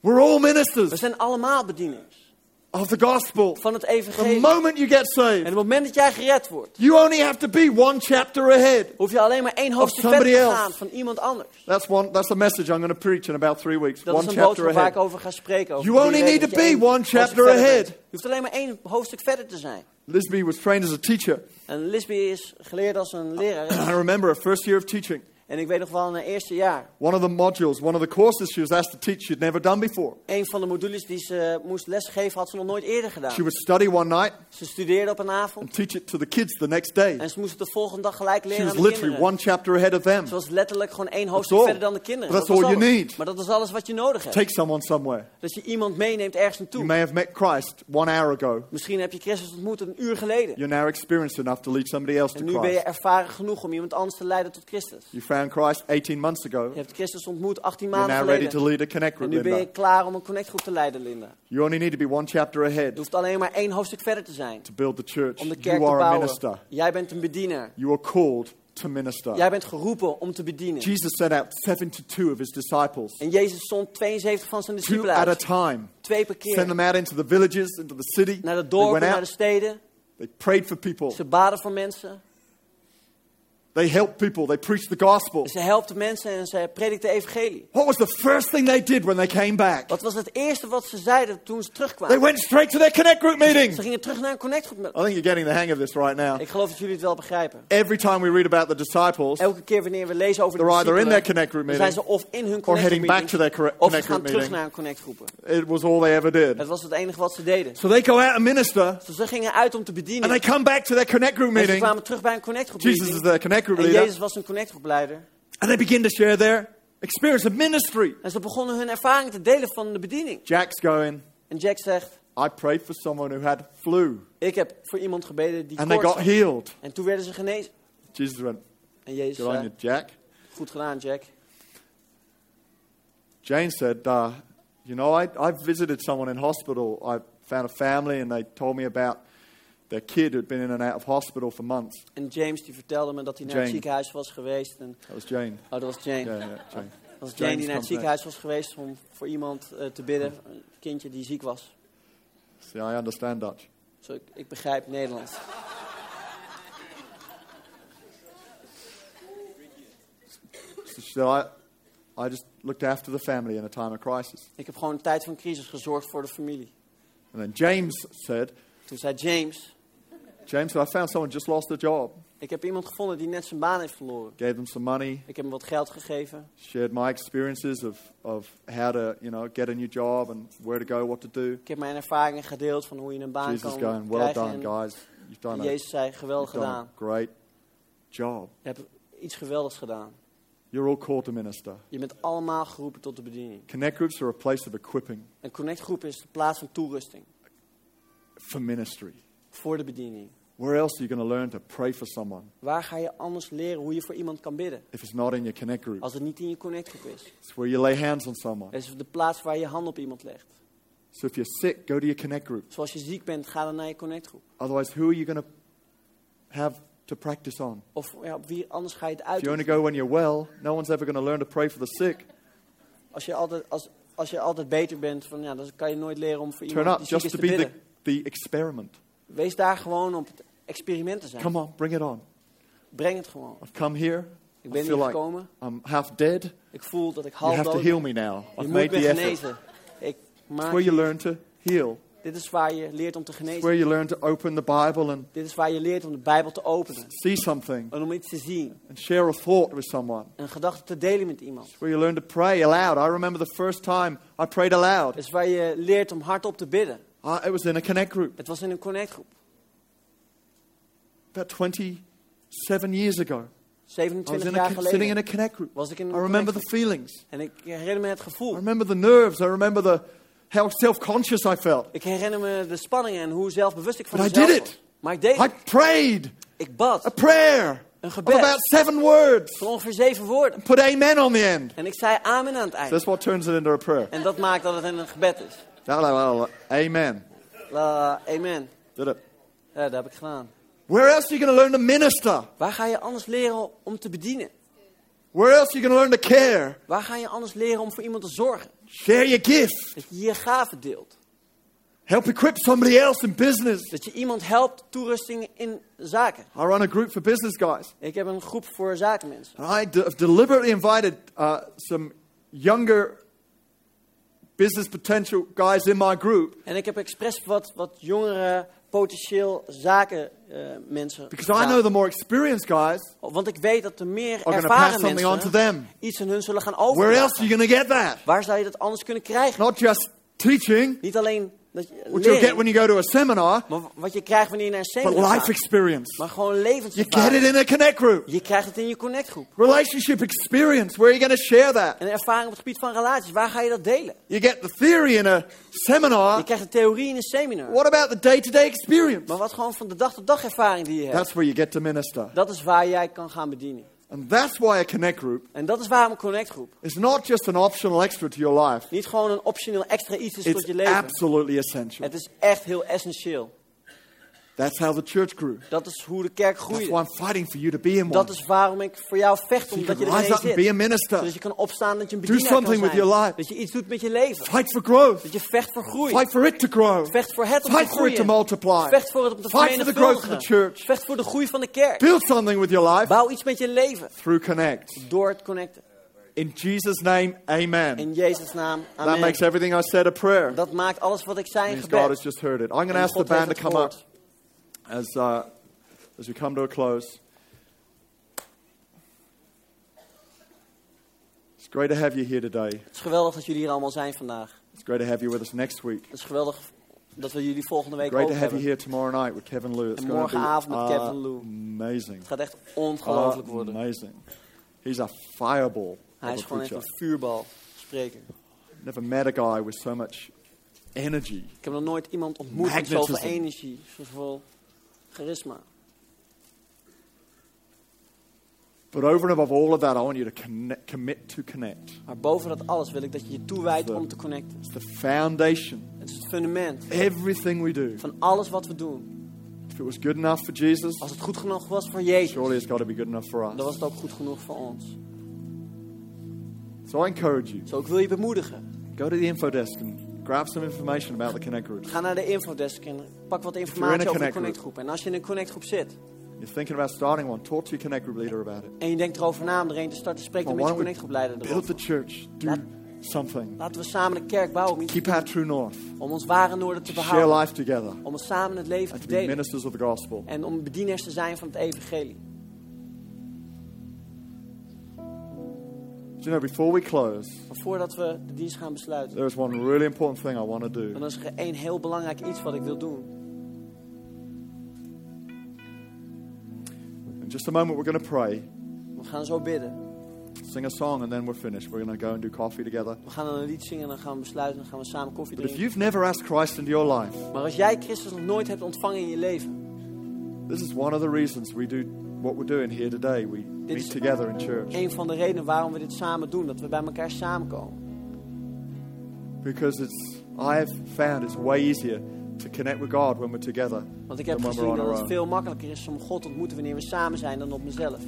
We're all
We
ministers
zijn allemaal bedieners
of the gospel.
van het
The
evangelie.
moment you get
En
saved,
het moment dat jij gered wordt,
you only have to be one chapter ahead.
hoef je alleen maar één hoofdstuk verder
somebody
te
else.
gaan van iemand anders.
That's one. That's the message I'm going to preach in about three weeks.
Dat
one
is een
chapter
boodschap waar ik
ahead.
over ga spreken. Over
You
drie
only
weken,
need to
dat je
be one
één hoofdstuk
chapter
verder
ahead.
bent. Je hoeft alleen maar één hoofdstuk verder te zijn.
Lisby was trained as a teacher.
En Lisby is geleerd als een leraar.
I remember her first year of teaching.
en ik weet nog wel in haar eerste jaar.
One of the modules, one of the courses she was asked to teach she'd never done before.
Een van de modules die ze eh, moest lesgeven had ze nog nooit eerder gedaan.
She would study one night
Ze studeerde op een
and
avond
teach it to the kids the next day.
en ze moest het de volgende dag gelijk
She
leren
was
aan de
literally
kinderen.
one chapter ahead of them.
Ze was letterlijk gewoon één hoofdstuk
all.
verder dan de kinderen.
That's
Dat was
all you
alles.
need.
Maar dat is alles wat je nodig hebt.
Take someone somewhere.
Dat je iemand meeneemt ergens
You
naartoe.
may have met Christ one hour ago.
Misschien heb je Christus ontmoet een uur geleden.
You're now experienced enough to lead somebody else
En
to
nu ben je
Christ.
ervaren genoeg om iemand anders te leiden tot Christus.
You found Christ 18 months ago.
Je hebt Christus ontmoet 18
You're
maanden
now ready to
geleden.
lead a connect
En
group.
nu ben je
Linda.
klaar om een connectgroep te leiden, Linda.
You only need to be one chapter
Je
ahead
hoeft alleen maar één hoofdstuk verder te zijn.
to build the church.
Om de
You
kerk te
are a
bouwen.
minister.
Jij bent een bediener.
You are called to minister.
Jij bent geroepen om te bedienen.
Jesus sent out 72 of his disciples,
En Jezus zond 72 van zijn
two
discipelen
at a
uit.
time.
Twee per keer.
Send them out into the villages, into the city.
Naar de
they
dorpen,
went
naar de
out,
steden.
they prayed for people,
Ze baden voor mensen.
they helped people, they preached the gospel.
Ze helpten mensen en ze predikten de evangelie.
What was the first thing they did when they came back?
Wat was het eerste wat ze zeiden toen ze
They
terugkwamen?
went straight to their connect group meeting.
Ze gingen terug naar een connectgroep. met-
I think you're getting the hang of this right now.
Ik geloof dat jullie het wel begrijpen.
Every time we read about the disciples,
Elke keer wanneer we lezen over de
They're either in
discipelen,
their connect group
dan zijn ze
meeting
of in hun
heading back
connectgroep
to their corre-
of ze
connect
gaan
group
terug
meeting.
naar een connectgroepen.
it was all they ever did.
Dat was het enige wat ze deden.
So they go out and minister,
Dus ze gingen uit om te
and
bedienen.
they come back to their connect group
En ze
meeting.
kwamen terug bij een connectgroep.
Jesus
meeting.
is their connect group
En
leader.
Jezus was een connectgroepleider.
And they begin to share their experience of ministry.
En ze begonnen hun ervaring te delen van de bediening.
Jack's going,
En Jack zegt,
I prayed for someone who had flu,
ik heb voor iemand gebeden die
and they
koorts
got
had.
healed.
En toen werden ze genezen.
Jesus went,
En Jezus
Good on
zei,
you, Jack.
goed gedaan Jack.
Jane said, uh, You know, I, I visited someone in hospital. I found a family, and they told me about their kid who'd been in and out of hospital for months.
En James die vertelde me dat hij naar
Jane.
het ziekenhuis was geweest. En,
That was Jane.
oh, dat was Jane.
Yeah, yeah, Jane.
Dat was Jane
James
die naar het
comes
ziekenhuis was geweest om voor iemand eh, te bidden. Een kindje die ziek was.
See, I understand Dutch.
Zo, ik, ik begrijp Nederlands.
So she said, I, I just looked after the family in a time of crisis.
Ik heb gewoon een tijd van crisis gezorgd voor de familie.
And then James said,
Toen zei James,
James said, I found someone just lost a job.
ik heb iemand gevonden die net zijn baan heeft verloren.
Gave them some money,
Ik heb hem wat geld gegeven.
shared my experiences of, of how to, you know, get a new job and where to go, what to do.
Ik heb mijn ervaringen gedeeld van hoe je een baan
Jesus
kan
going, well
krijgen.
done,
en-
guys. You've
en
done, a,
Jezus zei, geweldig
you've done a
gedaan.
great job.
Je hebt iets geweldigs gedaan.
You're all called to minister.
Je bent allemaal geroepen tot de bediening.
Connect groups are a place of equipping
Een connectgroep is de plaats van toerusting.
for ministry.
Voor de bediening.
Where else are you going to learn to pray for someone
Waar ga je anders leren hoe je voor iemand kan bidden?
if it's not in your connect group?
Als het niet in je connectgroep is.
It's where you lay hands on someone.
Dat is de plaats waar je hand op iemand legt.
So if you're sick, go to your connect group.
Zoals je ziek bent, ga dan naar je connectgroep.
Otherwise, who are you going to have to practice on?
Of ja, op wie anders ga je het
If you only
uit.
go when you're well, no one's ever going to learn to pray for the sick.
Als je altijd, als, als je altijd beter bent, van, ja, dan kan je nooit leren om voor
Turn
iemand
up
die ziek
just
is
to
te
be the,
bidden.
the experiment.
Wees daar gewoon op het experiment te zijn.
Come on, bring it on.
Breng het gewoon.
I've come here.
Ik
I feel
ben hier
like
gekomen.
I'm half dead.
Ik voel dat ik
You
half
have to
dood
heal
ben.
me now.
Je
I've
moet
made
me
the effort.
genezen. Ik
It's
maak
where you
hier-
learn to heal.
Dit is waar je leert om te
It's
genezen.
where you learn to open the Bible and
Dit is waar je leert om de Bijbel te openen.
see something
En om iets te zien.
and share a thought with someone.
Een gedachte te delen met iemand.
It's where you learn to pray aloud. I remember the first time I prayed
Het
aloud.
is waar je leert om hardop te bidden.
I, it was in a connect group
Het was in een connectgroep.
about 27 years ago. I was
27
in a,
jaar
con- sitting in
geleden
a connect group.
was ik in
I
een
remember the
connectgroep.
feelings.
En ik herinner me het
I
gevoel.
remember the nerves. I remember the how self-conscious I felt.
Ik herinner me de spanningen en hoe zelfbewust ik van
But I
mezelf
did
was.
it.
Maar ik deed
I
het.
prayed
Ik
a
bad
prayer
Een
of
gebed.
about seven words.
van ongeveer zeven woorden.
Put amen on the end.
En ik zei amen aan het eind.
That's what turns it into a prayer.
En dat maakt dat het een gebed is.
La, la, la, la. oh, Amen.
La, amen.
Did it.
Ja, dat heb ik gedaan.
Where else are you going to learn to minister?
Waar ga je anders leren om te bedienen?
Where else are you going to learn to care?
Waar ga je anders leren om voor iemand te zorgen?
Share your gift.
Dat je je gaven deelt.
Help equip somebody else in business.
Dat je iemand helpt toerusting in zaken.
I run a group for business guys.
Ik heb een groep voor zakenmensen.
And I de- have deliberately invited uh, some younger business potential guys in my group
En ik heb expres wat, wat jongere potentieel zakenmensen.
because I know the more experienced guys,
Want ik weet dat er meer
gonna
ervaren
pass something
mensen
on to them.
iets aan hun zullen gaan
where else are
overdragen.
you going to get that?
Waar zou je dat anders kunnen krijgen?
Not just teaching,
Niet alleen dat je
which you'll get
leren,
when you go to a seminar,
maar wat je krijgt wanneer je naar een
but
seminar
life
gaat.
experience.
Maar gewoon
You get it
levenservaring.
in a connect group.
Je krijgt het in je connectgroep.
Relationship experience, where are you going to share that?
En ervaring op het gebied van relaties, waar ga je dat delen?
You get the theory in a
Je
seminar.
krijgt de theorie in een seminar.
What about the day to day experience?
Maar wat gewoon van de dag tot dag ervaring die je hebt.
That's where you get to minister.
Dat is waar jij kan gaan bedienen.
And that's why a connect group
En dat is waarom een connectgroep
is not just an optional extra to your life,
niet gewoon een optioneel extra iets is tot
it's
je leven.
absolutely essential.
Het is echt heel essentieel.
That's how the church grew.
Dat is hoe de kerk
That's why
groeit.
I'm fighting for you to be in one.
Dat is waarom ik voor jou vecht,
So you
omdat
can
je
rise
erin
up and be a
zit. Zodat
minister.
je kan opstaan, dat je een bedienaar kan
something
zijn.
with your life.
Dat je iets doet met je leven.
Fight for growth.
Dat je vecht voor groei.
Fight for it to grow.
Vecht voor het om te
Fight for it to
groeien.
multiply.
Vecht voor het om te
Fight for the growth of the
vermenigvuldigen.
church.
Vecht voor de groei van de kerk.
Build something with your life
Bouw iets met je leven
through Connect.
door het connecten.
In Jesus' name, amen.
In Jezus' naam.
that
Amen.
makes everything I said a prayer.
Dat maakt alles wat ik zei een
Means God has
gebed.
just heard it. I'm going to
En
ask the
God
band to
heeft het
come up
gehoord.
as, uh, as we come to a close. It's great to have you here today.
Het is geweldig dat jullie hier allemaal zijn vandaag.
It's great to have you with us next week.
Het is geweldig dat we jullie volgende week
Great
ook
to have you
hebben.
here tomorrow night with Kevin Lou. It's
En
going to
morgenavond
be
met Kevin Lou.
amazing.
Het gaat echt
Oh,
ongelooflijk worden.
Ah, Amazing. He's a fireball
Hij
of
is
a
gewoon echt
preacher.
een vuurbal spreker.
Never met a guy with so much energy.
Ik heb nog nooit iemand ontmoet met
Magnetism.
zoveel energie, zoveel charisma.
But over and above all of that, I want you to connect, commit to connect.
Maar boven dat alles wil ik dat je je toewijdt om te connecten.
It's the foundation.
Het is het fundament
Everything we do.
van alles wat we doen.
If it was good enough for Jesus,
Als het goed genoeg was voor Jezus,
surely it's got to be good enough for
dan was
us.
het ook goed genoeg voor ons.
So I encourage you,
Zo, ik wil je bemoedigen.
go to the info desk and grab some information about the Connect Group.
Ga naar de infodesk en pak wat
in
informatie
a
over de
connect
connectgroep. En als je in een connectgroep zit
You're thinking about starting one, talk to your Connect Group leader about it.
en je denkt erover na om er een te starten, spreek
Well,
dan
why
met je
don't we
connectgroepleider
Build the
erover.
church, do
Laat-
something.
Laten we samen de kerk bouwen om, iets-
Keep our true north,
om ons ware noorden te
share
behouden.
life together,
Om ons samen het leven
and
te
to be
delen.
ministers of the gospel.
en om bedieners te zijn van het evangelie.
Do you know, before we close,
Maar voordat we de dienst gaan besluiten,
there is one really important thing I want to
dan
do.
is er één heel belangrijk iets wat ik wil doen.
In just a moment, we're going to pray,
We gaan zo bidden.
sing a song, and then we're finished. We're going to go and do coffee together.
We gaan dan een lied zingen en dan gaan we besluiten en dan gaan we samen koffie
But if
drinken.
you've never asked Christ into your life,
Maar als jij Christus nog nooit hebt ontvangen in je leven,
This is one of the reasons we do what we're doing here today. We
Dit
meet
is-
together in church
een van de redenen waarom we dit samen doen, dat we bij elkaar samenkomen.
because it's I've found it's way easier to connect with God when we're together
Want ik
than
heb
when we're
gezien
on
dat
our
het
own.
veel makkelijker is om God te ontmoeten wanneer we samen zijn dan op mezelf.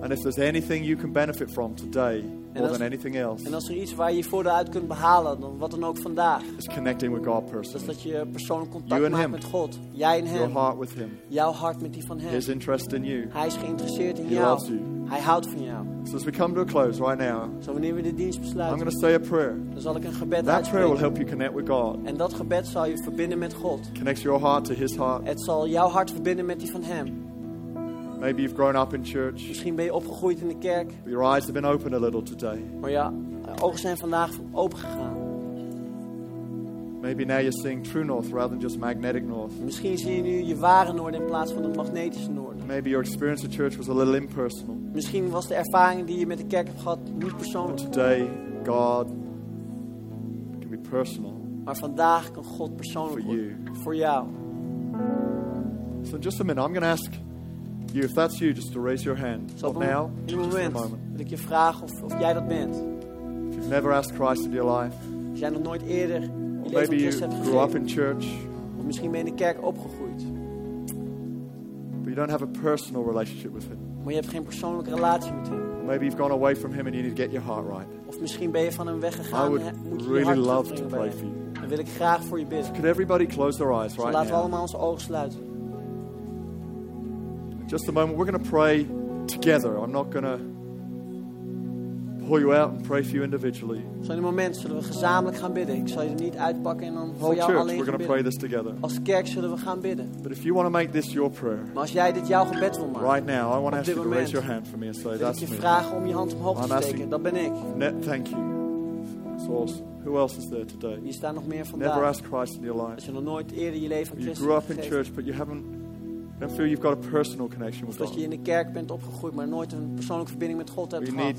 And if there's anything you can benefit from today more
als-
than anything else,
En als er iets waar je je voordeel uit kunt behalen, dan wat dan ook vandaag,
is connecting with God
dat is
personally.
dat je persoonlijk
You
contact
and
maakt
him.
met God. Jij en
Your
Hem,
heart with Him,
jouw hart met die van Hem.
His interest in you.
Hij is geïnteresseerd in
He
jou.
loves you.
Hij houdt van jou.
So as we come to a close right now,
Zo wanneer we de dienst
I'm
besluiten,
going to say a prayer.
dan zal ik een
That
gebed
prayer will
uitspreken.
help you connect with God,
En dat gebed zal je verbinden met God.
connects your heart to His heart.
Het zal jouw hart verbinden met die van Hem.
Maybe you've grown up in church,
Misschien ben je opgegroeid in de kerk,
but your eyes have been opened a little today.
maar ja, ogen zijn vandaag open gegaan.
Maybe now you're seeing true north rather than just magnetic north.
Misschien zie je nu je ware noorden in plaats van het magnetische noorden.
Maybe your experience of church was a little impersonal.
Misschien was de ervaring die je met de kerk hebt gehad niet
But
persoonlijk.
today, God can be personal.
Maar vandaag kan God persoonlijk
For
worden. Voor jou.
So, in just a minute, I'm going to ask you, if that's you, just to raise your hand.
Zo
Not
op
now,
een- in
just
een
for a
moment
moment.
wil ik je vragen of, of jij dat bent.
If you've never asked Christ into your life,
Als jij nog nooit eerder je
or
leven
maybe
aan
you
Christus hebt
grew up
gegeven.
in church,
Of misschien ben je in de kerk opgegroeid.
but but you don't have a personal relationship with Him.
Maar je hebt geen persoonlijke relatie met hem.
Maybe you've gone away from Him and you need to get your heart right.
Of misschien ben je van hem
I
weggegaan.
would
en he- moet je je
really
hart
love
terugbrengen
to
bij
pray
hem.
for you.
Dan wil ik graag voor je bidden.
Could everybody close their eyes
Dus
right
laten we
now?
allemaal onze ogen sluiten.
Just a moment. We're going to pray together. I'm not going to pull you out and pray for you individually.
Zo in een moment zullen we gezamenlijk gaan bidden. Ik zal je er niet uitpakken en dan voor
Whole
jou
church,
alleen
we're
gaan
going to pray
bidden.
this together.
Als kerk zullen we gaan bidden.
But if you want to make this your prayer
Maar als jij dit jouw gebed wil maken,
right now, I want to
Op
ask you
dit
to raise
moment.
your hand for me and say,
wil ik
That's
je
me.
vragen om je hand omhoog
I'm
te
asking-
steken. Dat ben ik.
Net, thank you. It's awesome. Who else is there today?
Hier staan nog meer
Never
vandaag.
asked Christ in your life.
Als je nog nooit eerder je leven
You
aan Christus
grew up
hebt
in
gegeven.
church, but you haven't. you Don't feel you've got a personal connection
Of
with
dat
God.
je
You
in de kerk bent opgegroeid, maar nooit een persoonlijke verbinding met God hebt
need
gehad.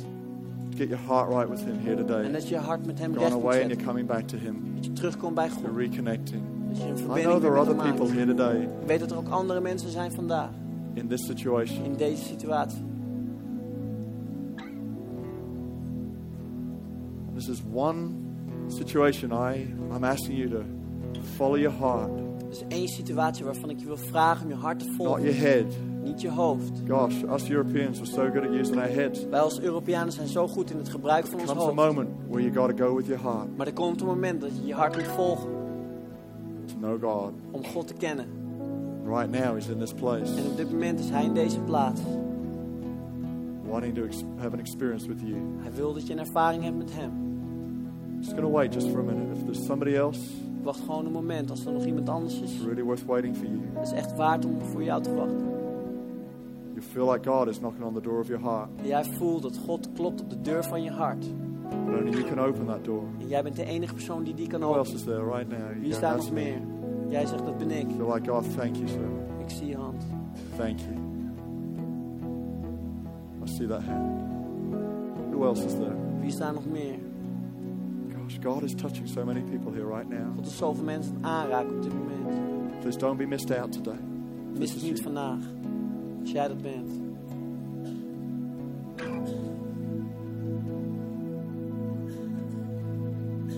to get your heart right with Him here
En
today.
dat je je hart met hem
You've gone
recht moet
away and
zetten.
you're coming back to Him.
Dat je terugkomt bij
You're
God.
reconnecting.
Dat je een
I know
verbinding
there are
met
other
hem
people
maakt.
here today
Ik weet dat er ook andere mensen zijn vandaag.
in this situation.
In deze situatie.
This is one situation I, I'm asking you to follow your heart,
Er is één situatie waarvan ik je wil vragen om je hart te
not
volgen.
your head.
Niet je hoofd.
Gosh, us Europeans were so good at using our heads.
Wij als Europeanen zijn zo goed in het gebruik van ons
Comes a
hoofd.
moment where you got to go with your heart
Maar er komt een moment dat je je hart moet volgen
to know God.
om God te kennen.
Right now, He's in this place,
En op dit moment is Hij in deze plaats.
wanting to ex- have an experience with you.
Hij wil dat je een ervaring hebt met Hem.
Just going to wait just for a minute. If there's somebody else,
Ik wacht gewoon een moment als er nog iemand anders is.
it's really worth waiting for you.
Het is echt waard om voor jou te wachten.
You feel like God is knocking on the door of your heart,
En jij voelt dat God klopt op de deur van je hart.
but only you can open that door.
En jij bent de enige persoon die die kan
Who else
openen.
is there right now? You
Wie
go,
staat
"That's
nog
me."
meer? Jij zegt dat ben ik.
Feel like God, thank you, sir.
Ik zie je hand.
Thank you. I see that hand. Who else is there?
Wie staan nog meer?
Gosh, God is touching so many people here right now.
God is zoveel mensen aan het aanraken op dit moment.
Please don't be missed out today.
Mis het
This is
niet
you.
vandaag. Als jij dat bent.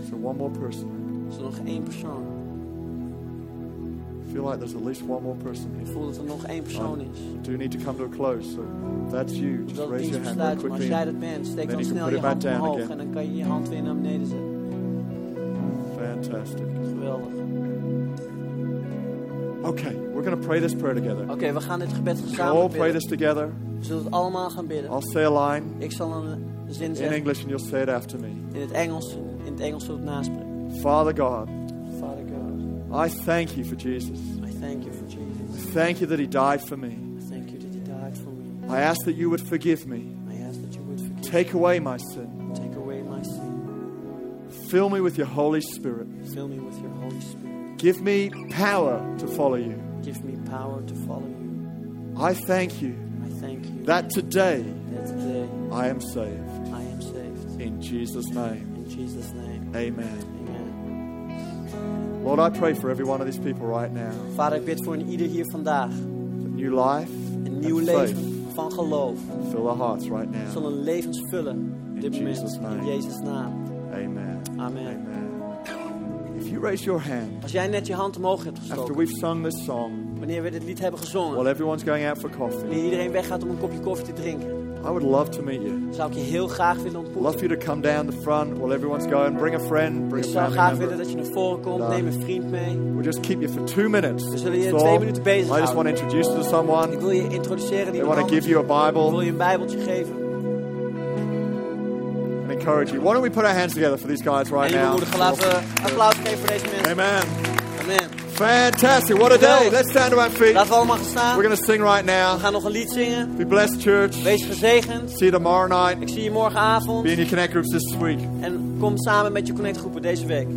So one more person.
Is er nog één persoon?
I feel like there's at least one more person
Ik
here.
voel dat er nog één persoon is.
We do need to come to a close. So if that's you. Just
Dat het
Oh. raise
dienst
your hand real
besluit, maar als
quickly.
jij dat bent, steek
Then
dan
you can
snel
put
je
it back
hand
down
omhoog
again.
en dan kan je je hand weer naar beneden zetten.
Fantastic.
Geweldig. Oké,
Okay, we're going to pray this prayer together.
we gaan dit gebed
We'll all
gezamenlijk
pray
bidden.
this together.
We zullen het allemaal gaan bidden.
I'll say a line
Ik zal een zin
in
zeggen
English and you'll say it after me.
in het Engels. In het Engels zult het naspreken.
Father God,
Father God,
I thank you for Jesus.
I thank you for Jesus.
Thank you that he died for me.
I thank you that you died for me.
I ask that you would forgive me.
I ask that you would forgive
Take away my sin.
Take away my sin.
Fill me with your Holy Spirit.
Fill me with your Holy Spirit.
Give me power to follow you.
Give me power to follow you.
I thank you
I thank you
that today
that today
I am saved.
I am saved.
In Jesus' name,
In Jesus' name.
amen.
Amen.
Lord, I pray for every one of these people right now.
Vader, ik bid voor een ieder hier vandaag.
For new life,
Een
and
nieuw
faith.
leven van geloof.
Fill our hearts right
Het
now.
zal een levens vullen. Op dit
Jesus'
moment.
name.
In Jezus' naam.
Amen.
Amen.
Amen. If you raise your hand
Als jij net je hand omhoog hebt
after
gestoken.
we've sung this song,
Wanneer we dit lied hebben
while
gezongen.
everyone's going out for coffee,
Wanneer iedereen weggaat om een kopje koffie te drinken.
I would love to meet you.
Zou ik je heel graag willen
Love
ontmoeten.
for you to come down the front while everyone's going. Bring a friend,
Ik
bring a
zou graag
family member.
willen dat je naar voren komt.
Daar.
Neem een vriend mee.
We'll just keep you for two minutes.
We zullen je
That's
twee
all.
minuten bezighouden.
I just want to introduce you to someone.
Ik wil je introduceren aan
They
iemand
want to
anders.
give you a
Ik wil
Bible
je een bijbeltje geven.
and encourage you. Why don't we put our hands together for these guys right
En je
now?
moeder laten we applaus geven voor deze mensen.
Amen.
Amen.
Fantastic. What a day. Let's stand to our feet.
Laten we allemaal gaan
We're
staan.
going to sing right
We
now.
gaan nog een lied zingen.
Be blessed, church.
Wees gezegend.
See you tomorrow
Ik
night.
zie je
Be
morgenavond.
in your connect groups this week.
En kom samen met je connectgroepen deze week.